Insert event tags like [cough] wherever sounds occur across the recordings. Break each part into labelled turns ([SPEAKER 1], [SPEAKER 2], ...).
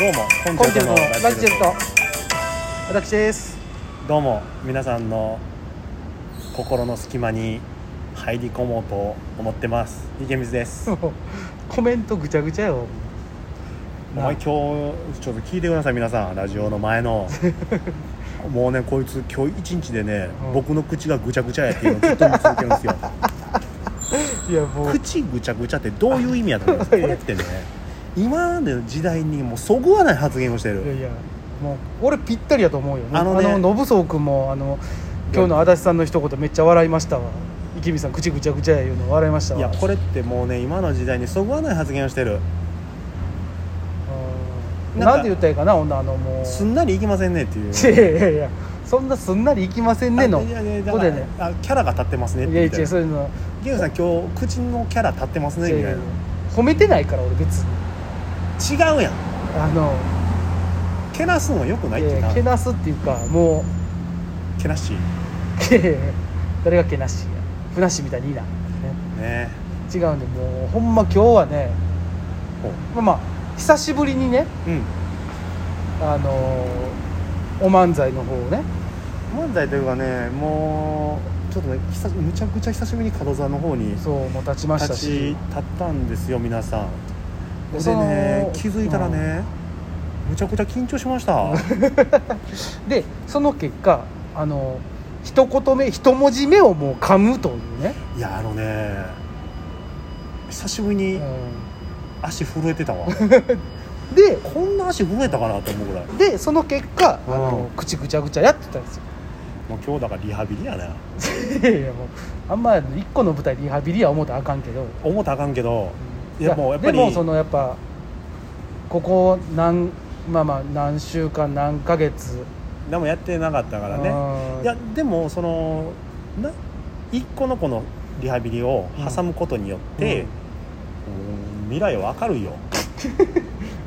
[SPEAKER 1] どうもコン
[SPEAKER 2] コン
[SPEAKER 1] チ
[SPEAKER 2] チ
[SPEAKER 1] ェ
[SPEAKER 2] ェ
[SPEAKER 1] ルトの
[SPEAKER 2] ルトの
[SPEAKER 1] ラ
[SPEAKER 2] ラ
[SPEAKER 1] ジチェ
[SPEAKER 2] ジチェ
[SPEAKER 1] ル
[SPEAKER 2] ル
[SPEAKER 1] ト
[SPEAKER 2] ト私です [laughs]
[SPEAKER 1] どうも皆さんの心の隙間に入り込もうと思ってます池水です
[SPEAKER 2] もうコメントぐちゃぐちゃよ
[SPEAKER 1] お前今日ちょっと聞いてください皆さんラジオの前
[SPEAKER 2] [laughs]
[SPEAKER 1] のもうねこいつ今日一日でね、
[SPEAKER 2] うん
[SPEAKER 1] 僕の口がぐちゃぐちゃやっていうのをずっと見続けるんですよ
[SPEAKER 2] いやも [laughs] う
[SPEAKER 1] 口ぐちゃぐちゃってどういう意味やと思います
[SPEAKER 2] [laughs]
[SPEAKER 1] これってね今の時代にもうそぐわない発言をして
[SPEAKER 2] いや
[SPEAKER 1] る
[SPEAKER 2] いやもう俺ぴったりやと思うよ
[SPEAKER 1] あのね
[SPEAKER 2] あの信宗君もあの今日の足立さんの一言めっちゃ笑いましたわ池見さん口ぐちゃぐちゃや言うの笑いましたわ
[SPEAKER 1] いやこれってもうね今の時代にそぐわない発言をしてる
[SPEAKER 2] うん
[SPEAKER 1] なんか
[SPEAKER 2] なんて言ったらいいかな女あのもう
[SPEAKER 1] すんなりいきませんねっていう
[SPEAKER 2] [laughs] いやいやいやそんなすんなりいきませんねの
[SPEAKER 1] あいやいやだ
[SPEAKER 2] ここ
[SPEAKER 1] から
[SPEAKER 2] でね
[SPEAKER 1] あキャラが立ってますねって
[SPEAKER 2] いや
[SPEAKER 1] 言って
[SPEAKER 2] いや違うそういうの
[SPEAKER 1] ゲームさん今日口のキャラ立ってますね
[SPEAKER 2] 違う
[SPEAKER 1] み
[SPEAKER 2] 違
[SPEAKER 1] たいう
[SPEAKER 2] 褒めてないから俺別に
[SPEAKER 1] な違うやん
[SPEAKER 2] あの
[SPEAKER 1] けなすのよくないっ
[SPEAKER 2] い
[SPEAKER 1] て
[SPEAKER 2] やいや
[SPEAKER 1] な
[SPEAKER 2] けなすっていうかもう
[SPEAKER 1] けなしい
[SPEAKER 2] いやいや [laughs] 誰がけなしやふなっしーみたいにいいな、ね、
[SPEAKER 1] ね
[SPEAKER 2] 違うんでもうほんま今日はね
[SPEAKER 1] ほう
[SPEAKER 2] まあまあ久しぶりにね
[SPEAKER 1] うん
[SPEAKER 2] あのーお漫才の方をね
[SPEAKER 1] 漫才というかねもうちょっとね久しむちゃくちゃ久しぶりに門座の方に立
[SPEAKER 2] そうもう立ちました
[SPEAKER 1] ち立
[SPEAKER 2] し
[SPEAKER 1] ったんですよ皆さんで
[SPEAKER 2] その
[SPEAKER 1] ね気づいたらね、むちゃくちゃ緊張しました
[SPEAKER 2] でその結果あのー一言目一文字目をもう噛むというね、
[SPEAKER 1] いやあのね久しぶりに
[SPEAKER 2] う
[SPEAKER 1] 足震えてた
[SPEAKER 2] [laughs]
[SPEAKER 1] わ
[SPEAKER 2] ん、で
[SPEAKER 1] こんな足震えたかなと思うぐらい
[SPEAKER 2] でその結果あ
[SPEAKER 1] うん
[SPEAKER 2] のー口ぐちゃぐちゃやってたんですよ [laughs]
[SPEAKER 1] もう今日だからリハビリやな、
[SPEAKER 2] いやいやもうあんま一個の舞台リハビリは思うたらあかんけど
[SPEAKER 1] 思ったらあかんけど、
[SPEAKER 2] い
[SPEAKER 1] いやもうやっぱり
[SPEAKER 2] でもそのやっぱここ何まあまあ何週間何ヶ月
[SPEAKER 1] でもやってなかったからね
[SPEAKER 2] うん
[SPEAKER 1] いやでもそのな一個のこのリハビリを挟むことによって、うん未来は明るいよ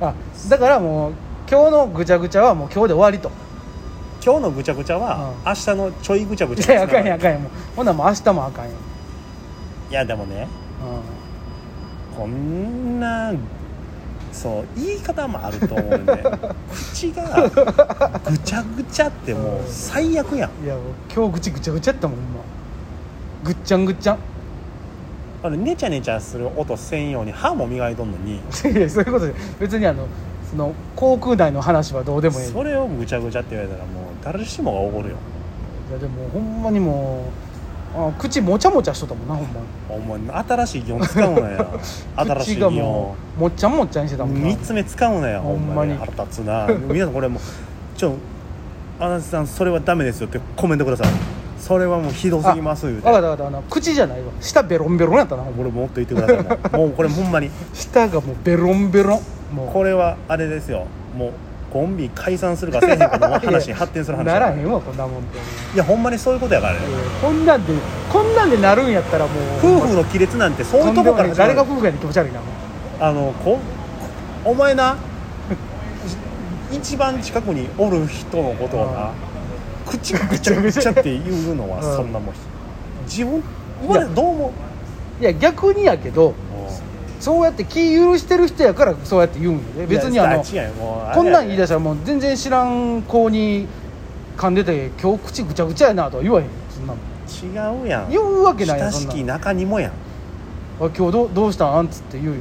[SPEAKER 2] あだからもう今日のぐちゃぐちゃはもう今日で終わりと
[SPEAKER 1] 今日のぐちゃぐちゃは、
[SPEAKER 2] うん
[SPEAKER 1] 明日のちょいぐちゃぐちゃに
[SPEAKER 2] いや
[SPEAKER 1] つな
[SPEAKER 2] あか
[SPEAKER 1] が
[SPEAKER 2] ん
[SPEAKER 1] る
[SPEAKER 2] やあかんやもうほんならもう明日もあかんや、
[SPEAKER 1] いやでもねこんなそう言い方もあると思うん
[SPEAKER 2] [laughs]
[SPEAKER 1] で口がぐちゃぐちゃってもう最悪やん
[SPEAKER 2] うん、いやもう今日口ぐちゃぐちゃやったもんほんまぐっちゃんぐっちゃん [laughs]
[SPEAKER 1] あのネチャネチャする音専用に歯も磨いとんのに
[SPEAKER 2] いやそういうことで別にあのその航空内の話はどうでもいい
[SPEAKER 1] それをぐちゃぐちゃって言われたらもう誰しもが怒るよ
[SPEAKER 2] いやでもほんまにもうあ口もちゃもちゃしとったもんなほんま
[SPEAKER 1] お前新しい擬音使うな
[SPEAKER 2] [laughs]
[SPEAKER 1] よ新しい
[SPEAKER 2] 口
[SPEAKER 1] 擬
[SPEAKER 2] がも
[SPEAKER 1] 音
[SPEAKER 2] うもっちゃんもっちゃにしてたもんな
[SPEAKER 1] 三つ目使うなよほ
[SPEAKER 2] ほ
[SPEAKER 1] ん
[SPEAKER 2] ん
[SPEAKER 1] ま
[SPEAKER 2] ま
[SPEAKER 1] に
[SPEAKER 2] に
[SPEAKER 1] 腹立つな皆さんこれもうちょあなたさんそれはダメですよってコメントくださいそれはもうひどすぎます言う
[SPEAKER 2] 分かってた分かったあの口じゃないわ舌ベロンベロンやったなほんま
[SPEAKER 1] これもっと言ってくださいもうもうこ
[SPEAKER 2] [laughs]
[SPEAKER 1] れほんまに
[SPEAKER 2] 舌がもうベロンベロンもう
[SPEAKER 1] これはあれですよもうコンビ解散するかせえへんかの話に発展する話
[SPEAKER 2] ならへ
[SPEAKER 1] い
[SPEAKER 2] んわこんなもんって、
[SPEAKER 1] やほんまにそういうことやから
[SPEAKER 2] え
[SPEAKER 1] ね
[SPEAKER 2] ーこんなんでこんなんでなるんやったらもう
[SPEAKER 1] 夫婦の亀裂なんてそうい
[SPEAKER 2] と
[SPEAKER 1] うんと
[SPEAKER 2] で
[SPEAKER 1] こか
[SPEAKER 2] もな
[SPEAKER 1] ら
[SPEAKER 2] い
[SPEAKER 1] 始ま
[SPEAKER 2] 誰
[SPEAKER 1] る
[SPEAKER 2] が夫婦やねん気持ち悪いなも
[SPEAKER 1] あのこお前な一番近くにおる人のことをな口がぐちゃぐちゃって言うのは
[SPEAKER 2] [laughs] うん
[SPEAKER 1] そんなもん自分今までどう思う
[SPEAKER 2] ういや逆にやけどそうやって気許してる人やからそうやって言うんやで別にあの
[SPEAKER 1] いや違うよもうあれや
[SPEAKER 2] こんなん言い出
[SPEAKER 1] し
[SPEAKER 2] したらもう全然知らん子に噛んでて今日口ぐちゃぐちゃやなとは言わへんそんなもん
[SPEAKER 1] 違うやん
[SPEAKER 2] 言うわけないや
[SPEAKER 1] 親
[SPEAKER 2] んそん
[SPEAKER 1] し
[SPEAKER 2] な
[SPEAKER 1] き
[SPEAKER 2] んあ
[SPEAKER 1] 中にもやん
[SPEAKER 2] 今日どうどうしたんあんつって言うよ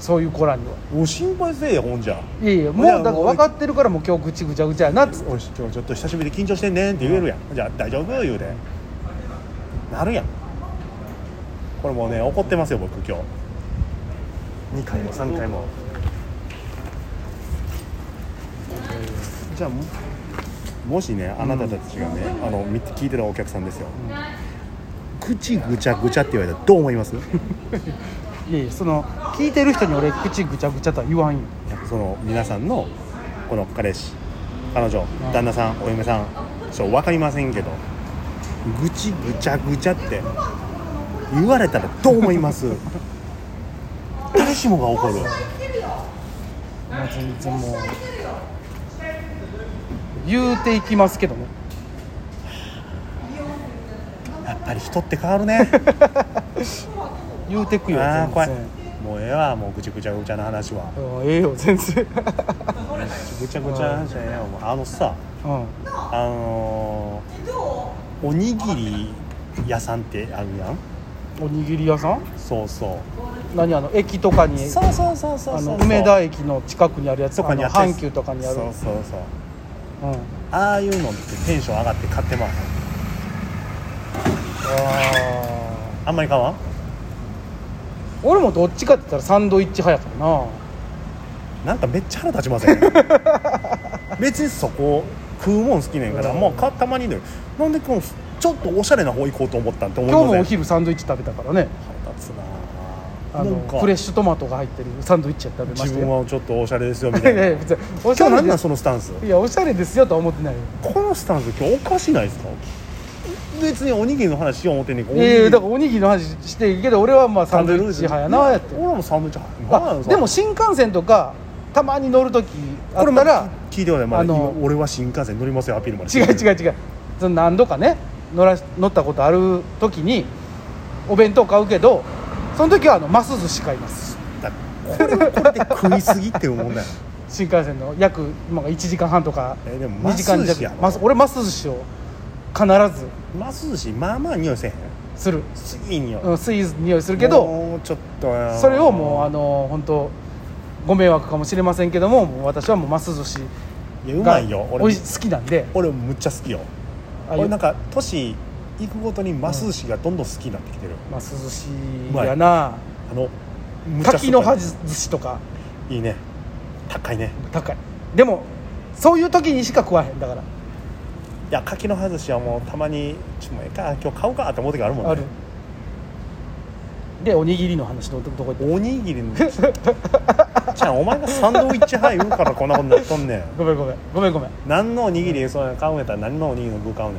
[SPEAKER 2] そういう子らには
[SPEAKER 1] お心配せえよほんじゃ
[SPEAKER 2] いやいやもう
[SPEAKER 1] いや
[SPEAKER 2] だから
[SPEAKER 1] もう
[SPEAKER 2] 分かってるからもう今日ぐちぐちゃぐちゃやなっつって
[SPEAKER 1] おいちょちょっと久しぶりで緊張してんねんって言えるやん、じゃあ大丈夫言うてなるやんこれもうね怒ってますよ僕今日2回も3回もじゃあももしねあなたたちがね、あの見て聞いてるお客さんですよ、口ぐちゃぐちゃって言われた [laughs] らどう思います
[SPEAKER 2] いやいやその聞いてる人に俺口ぐちゃぐちゃとは言わんよ
[SPEAKER 1] やっぱその皆さんのこの彼氏彼女
[SPEAKER 2] うん
[SPEAKER 1] 旦那さんお嫁さんちょ分かりませんけど愚痴ぐちゃぐちゃって言われたらどう思います [laughs] 誰しもが怒る
[SPEAKER 2] まあ全然もう言うていきますけどね
[SPEAKER 1] やっぱり人って変わるね
[SPEAKER 2] 言うてくよ
[SPEAKER 1] あー
[SPEAKER 2] 全
[SPEAKER 1] [laughs] 怖い
[SPEAKER 2] 然
[SPEAKER 1] もうええわもうぐちゃぐちゃぐちゃな話は
[SPEAKER 2] うんええよ全
[SPEAKER 1] [laughs]
[SPEAKER 2] 然
[SPEAKER 1] ぐちゃぐちゃな話はええわもうあのさ
[SPEAKER 2] うん
[SPEAKER 1] あのーおにぎり屋さんってあるやん
[SPEAKER 2] おにぎり屋さん
[SPEAKER 1] そうそ
[SPEAKER 2] 何あの駅とかに
[SPEAKER 1] うそうそうそうそう
[SPEAKER 2] あ
[SPEAKER 1] そう
[SPEAKER 2] の梅田駅の近くにあるやつ
[SPEAKER 1] とかにあ
[SPEAKER 2] あ
[SPEAKER 1] っ
[SPEAKER 2] の
[SPEAKER 1] たや
[SPEAKER 2] 阪
[SPEAKER 1] つ
[SPEAKER 2] 急とかにある
[SPEAKER 1] そうそうそう
[SPEAKER 2] うん、あ
[SPEAKER 1] ああいうのってテンション上がって買ってます
[SPEAKER 2] あ
[SPEAKER 1] あんまり買わん
[SPEAKER 2] 俺もどっちかって言ったらサンドイッチ派やからな
[SPEAKER 1] なんかめっちゃ腹立ちま
[SPEAKER 2] [laughs]
[SPEAKER 1] せん別にそこ食うもん好きねんから、
[SPEAKER 2] うん
[SPEAKER 1] もうかたまにねなんでこのちょっとおしゃれな方行こうと思ったんって思い
[SPEAKER 2] 今日のお
[SPEAKER 1] ません
[SPEAKER 2] 昼サンドイッチ食べたからね
[SPEAKER 1] 腹立つなあ
[SPEAKER 2] あの
[SPEAKER 1] なんか
[SPEAKER 2] フレッシュトマトが入ってるサンドイッチやったら食べま
[SPEAKER 1] 自
[SPEAKER 2] した
[SPEAKER 1] 分
[SPEAKER 2] よ
[SPEAKER 1] はちょっとおしゃれですよみたい
[SPEAKER 2] いやい
[SPEAKER 1] な
[SPEAKER 2] [laughs] や別におし
[SPEAKER 1] 今日な
[SPEAKER 2] ゃれ
[SPEAKER 1] んなん
[SPEAKER 2] で
[SPEAKER 1] そのスタンス
[SPEAKER 2] いやおしゃれですよとは思ってないよ
[SPEAKER 1] このスタンス今日おかしないですか別におにぎりの話しよう思ってんねんけど
[SPEAKER 2] ええだかららおにぎりの話していいけど俺はまあサンドイッチ派やなやって
[SPEAKER 1] 俺もサンドイッチ派やな
[SPEAKER 2] あでも新幹線とかたまに乗る時あ
[SPEAKER 1] これ
[SPEAKER 2] っ
[SPEAKER 1] ま
[SPEAKER 2] た
[SPEAKER 1] だ
[SPEAKER 2] ら
[SPEAKER 1] 聞いてはない、まあ、
[SPEAKER 2] あの
[SPEAKER 1] 今俺は新幹線乗りますよアピールまで
[SPEAKER 2] [laughs] 違う違
[SPEAKER 1] う
[SPEAKER 2] う違うその何度かね乗らし乗ったことある時にお弁当買うけどその時はあのます寿司買います
[SPEAKER 1] これはこれで食いすぎっていう問題なの
[SPEAKER 2] 新幹線の約今が1時間半とか
[SPEAKER 1] えでも
[SPEAKER 2] 2時間
[SPEAKER 1] ます寿司や
[SPEAKER 2] 弱
[SPEAKER 1] ろ
[SPEAKER 2] ます俺ます寿司を必ず
[SPEAKER 1] ます寿司まあまあ匂いせえへん
[SPEAKER 2] する、
[SPEAKER 1] すげえ匂い、
[SPEAKER 2] うん、スイーツ匂いするけど
[SPEAKER 1] もうちょっと
[SPEAKER 2] それをもうあの本当ご迷惑かもしれませんけどももう私はもうます寿司
[SPEAKER 1] いやうま
[SPEAKER 2] が
[SPEAKER 1] いよ
[SPEAKER 2] おい
[SPEAKER 1] 俺
[SPEAKER 2] し好きなんで
[SPEAKER 1] 俺むっちゃ好きよ
[SPEAKER 2] ああい
[SPEAKER 1] 俺
[SPEAKER 2] う
[SPEAKER 1] なんか年行くごとにます寿司がどんどん好きになってきてる、
[SPEAKER 2] ます寿司
[SPEAKER 1] うまい
[SPEAKER 2] やな
[SPEAKER 1] あのむっちゃ
[SPEAKER 2] 滝の端寿司とか
[SPEAKER 1] いいね高いね
[SPEAKER 2] 高いでもそういう時にしか食わへんだから
[SPEAKER 1] いや柿の葉寿司はもうたまにちょっともうええか今日買おうかって思う時あるもんね
[SPEAKER 2] あるでおにぎりの話のどこ行って
[SPEAKER 1] おにぎりの [laughs] じゃあお前がサンドイッチ派言うからこんなことになっとんねん
[SPEAKER 2] ごめんごめんごめんごめん
[SPEAKER 1] 何のおにぎりそうや買うんやったら何のおにぎりの具買うねん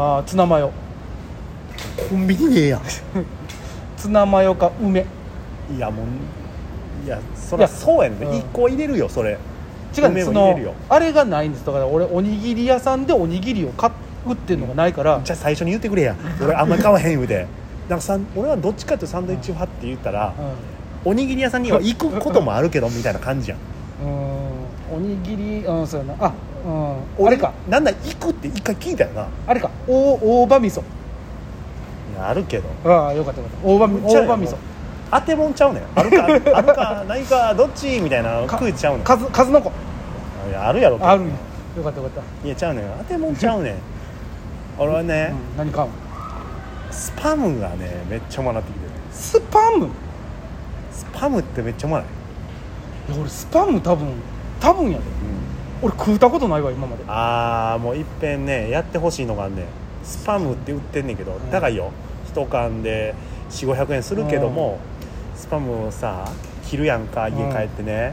[SPEAKER 2] ああツナマヨ
[SPEAKER 1] コンビニでええやん
[SPEAKER 2] ツナマヨか梅
[SPEAKER 1] いやもういやそ
[SPEAKER 2] い
[SPEAKER 1] りゃ
[SPEAKER 2] や
[SPEAKER 1] そうやねん、
[SPEAKER 2] うん
[SPEAKER 1] 一個入れるよそれ
[SPEAKER 2] 違うん
[SPEAKER 1] 梅
[SPEAKER 2] で
[SPEAKER 1] も
[SPEAKER 2] すそ
[SPEAKER 1] 入れ
[SPEAKER 2] の
[SPEAKER 1] るよ
[SPEAKER 2] あれがないんですだから俺おにぎり屋さんでおにぎりを買うっていうのがないから、
[SPEAKER 1] じゃあ最初に言ってくれや俺あんまり買わへん言うてなんかさん俺はどっちかっていうとサンドイッチ派って言ったら、おにぎり屋さんには行くこともあるけどみたいな感じやん
[SPEAKER 2] うんうんおにぎりうんそうやなあうんあれか
[SPEAKER 1] なんだ行くって一回聞いたよな
[SPEAKER 2] あれか大大葉味噌
[SPEAKER 1] いやあるけど
[SPEAKER 2] ああよかったよかった大葉み大葉味噌
[SPEAKER 1] 当てもんちゃうねんあ
[SPEAKER 2] [laughs]
[SPEAKER 1] るかあるかないかどっちみたいなクイズちゃうね
[SPEAKER 2] 数数の子
[SPEAKER 1] んいやあるやろけど
[SPEAKER 2] あるんやよかったよかっ
[SPEAKER 1] いやちゃうねん当てもんちゃうねん俺は
[SPEAKER 2] た、
[SPEAKER 1] ね
[SPEAKER 2] う、ん、何買うん
[SPEAKER 1] スパムがねめっちゃもらってきてる
[SPEAKER 2] スパムい
[SPEAKER 1] スパムってめっちゃうまない、
[SPEAKER 2] や俺スパム多分多分やで俺食うたことないわ今まで
[SPEAKER 1] ああもういっぺんねやってほしいのがあんねんスパムって売ってんねんけど
[SPEAKER 2] ん
[SPEAKER 1] 高いよ一缶で4500円するけどもスパムをさ切るやんか家
[SPEAKER 2] うん
[SPEAKER 1] 帰ってね、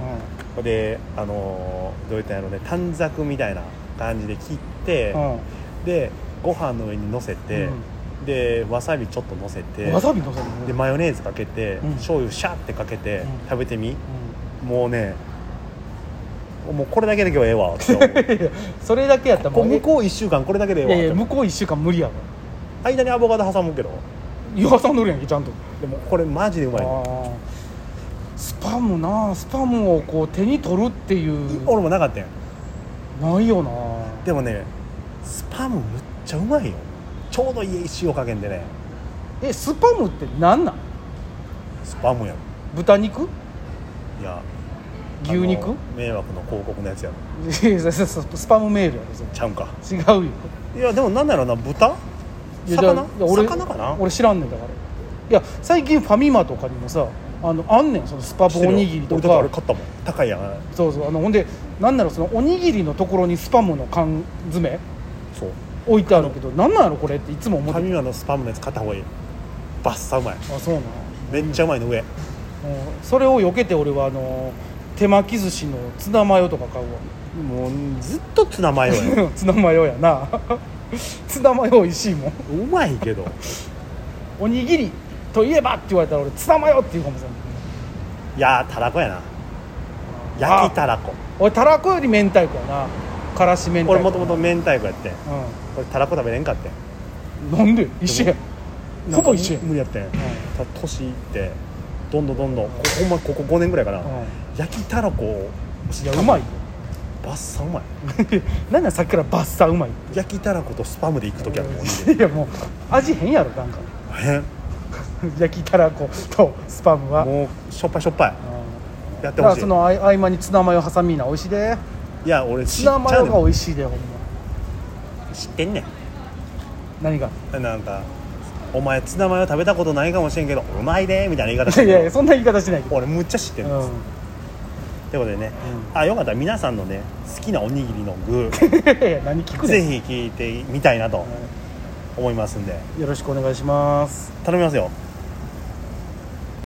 [SPEAKER 1] ほんであのーどういったんやろね短冊みたいな感じで切って、
[SPEAKER 2] うん、うん
[SPEAKER 1] でご飯の上にのせて、でわさびちょっとのせて
[SPEAKER 2] わさびのせるの
[SPEAKER 1] でマヨネーズかけて、
[SPEAKER 2] うん
[SPEAKER 1] 醤油シャーってかけて、
[SPEAKER 2] うん
[SPEAKER 1] 食べてみ
[SPEAKER 2] う
[SPEAKER 1] もうねもうこれだけだけはええわって思う
[SPEAKER 2] [laughs] んいやそれだけやったら
[SPEAKER 1] こう
[SPEAKER 2] もう
[SPEAKER 1] 向こう1週間これだけでええ
[SPEAKER 2] い
[SPEAKER 1] わ
[SPEAKER 2] や
[SPEAKER 1] っ
[SPEAKER 2] い
[SPEAKER 1] て
[SPEAKER 2] や
[SPEAKER 1] 思う
[SPEAKER 2] 向こう1週間無理やわ
[SPEAKER 1] 間にアボカド挟むけど
[SPEAKER 2] いや挟んどるやんけちゃんと
[SPEAKER 1] でもこれマジでうまいね
[SPEAKER 2] あースパムなスパムをこう手に取るっていう
[SPEAKER 1] 俺もなかったやん
[SPEAKER 2] ないよな
[SPEAKER 1] でもねスパムむっちゃうまいよちょうどいい塩加減でね
[SPEAKER 2] えスパムって何なん
[SPEAKER 1] スパムやろ
[SPEAKER 2] 豚肉
[SPEAKER 1] いや
[SPEAKER 2] 牛
[SPEAKER 1] あ
[SPEAKER 2] 肉
[SPEAKER 1] の迷惑の広告のやつやろ
[SPEAKER 2] いやそそスパムメールやろそ
[SPEAKER 1] ちゃうんか
[SPEAKER 2] れ違うよ
[SPEAKER 1] いやでもなんだろうな豚
[SPEAKER 2] いやじゃあ
[SPEAKER 1] 魚
[SPEAKER 2] いや俺
[SPEAKER 1] 魚かな
[SPEAKER 2] 俺知らんねんだからいや最近ファミマとかにもさあのあんねんそのスパムおにぎりと
[SPEAKER 1] 俺だってあ
[SPEAKER 2] か
[SPEAKER 1] れ買ったもん高いやんあれ
[SPEAKER 2] そうそうあのほんでなんならそのおにぎりのところにスパムの缶詰
[SPEAKER 1] そう
[SPEAKER 2] 置いてあるけどなんなんやろこれっていつも思
[SPEAKER 1] フ
[SPEAKER 2] っ
[SPEAKER 1] ァ
[SPEAKER 2] て
[SPEAKER 1] ミ
[SPEAKER 2] る
[SPEAKER 1] マのスパムのやつ買った方がいいバッサうまい
[SPEAKER 2] あそうなの
[SPEAKER 1] めっちゃうまいの上
[SPEAKER 2] うんそれを避けて俺はあの手巻き寿司のツナマヨとか買う
[SPEAKER 1] もうずっとツナマヨや
[SPEAKER 2] わ [laughs] ツナマヨやなツナマヨ美味しいもん
[SPEAKER 1] うまいけど
[SPEAKER 2] おにぎりといえばって言われたら俺ツナマヨって言うかもしれない
[SPEAKER 1] いやーたらこやな焼きたらこ
[SPEAKER 2] 俺たらこより明太子やなからし明太子
[SPEAKER 1] 俺もともと明太子やってん
[SPEAKER 2] う
[SPEAKER 1] 俺たらこ食べれんかってん
[SPEAKER 2] んなんで一緒やんほぼ一緒やん
[SPEAKER 1] 無理やってん
[SPEAKER 2] う
[SPEAKER 1] ただ年いってどんどんどんどんここ,、ま、ここ5年ぐらいかな、
[SPEAKER 2] うん
[SPEAKER 1] 焼きたらこを
[SPEAKER 2] いやうまいよ [laughs]
[SPEAKER 1] バッサうまい
[SPEAKER 2] なんなんさっきからバッサうまいって
[SPEAKER 1] 焼きたらことスパムでいく時あるもんね
[SPEAKER 2] いやもう味変やろなんか
[SPEAKER 1] え
[SPEAKER 2] 焼きたらことスパムは
[SPEAKER 1] もうしょっぱいしょっぱい
[SPEAKER 2] うん
[SPEAKER 1] やってほ
[SPEAKER 2] だから
[SPEAKER 1] しい
[SPEAKER 2] そのあい合間にツナマヨ挟みな美味しいで
[SPEAKER 1] いや俺知っ
[SPEAKER 2] ツ
[SPEAKER 1] ちゃ
[SPEAKER 2] ナ
[SPEAKER 1] う
[SPEAKER 2] マヨ
[SPEAKER 1] ね
[SPEAKER 2] が
[SPEAKER 1] ん
[SPEAKER 2] 美味しいでほんま
[SPEAKER 1] 知ってんね
[SPEAKER 2] 何が
[SPEAKER 1] んなんかお前ツナマヨ食べたことないかもしれんけどうまいでみたいな言い方し
[SPEAKER 2] い
[SPEAKER 1] て
[SPEAKER 2] や
[SPEAKER 1] る
[SPEAKER 2] い
[SPEAKER 1] けど
[SPEAKER 2] やそんな言い方しないけど、
[SPEAKER 1] 俺むっちゃ知ってるん
[SPEAKER 2] う
[SPEAKER 1] です、
[SPEAKER 2] ん
[SPEAKER 1] ってことでね、
[SPEAKER 2] う
[SPEAKER 1] あよかったら皆さんのね好きなおにぎりの
[SPEAKER 2] [laughs]
[SPEAKER 1] 具
[SPEAKER 2] いや何聞くね
[SPEAKER 1] ぜ
[SPEAKER 2] ん
[SPEAKER 1] ひ聞いてみたいなと
[SPEAKER 2] は
[SPEAKER 1] 思いますんで
[SPEAKER 2] いよろしくお願いします
[SPEAKER 1] 頼みますよ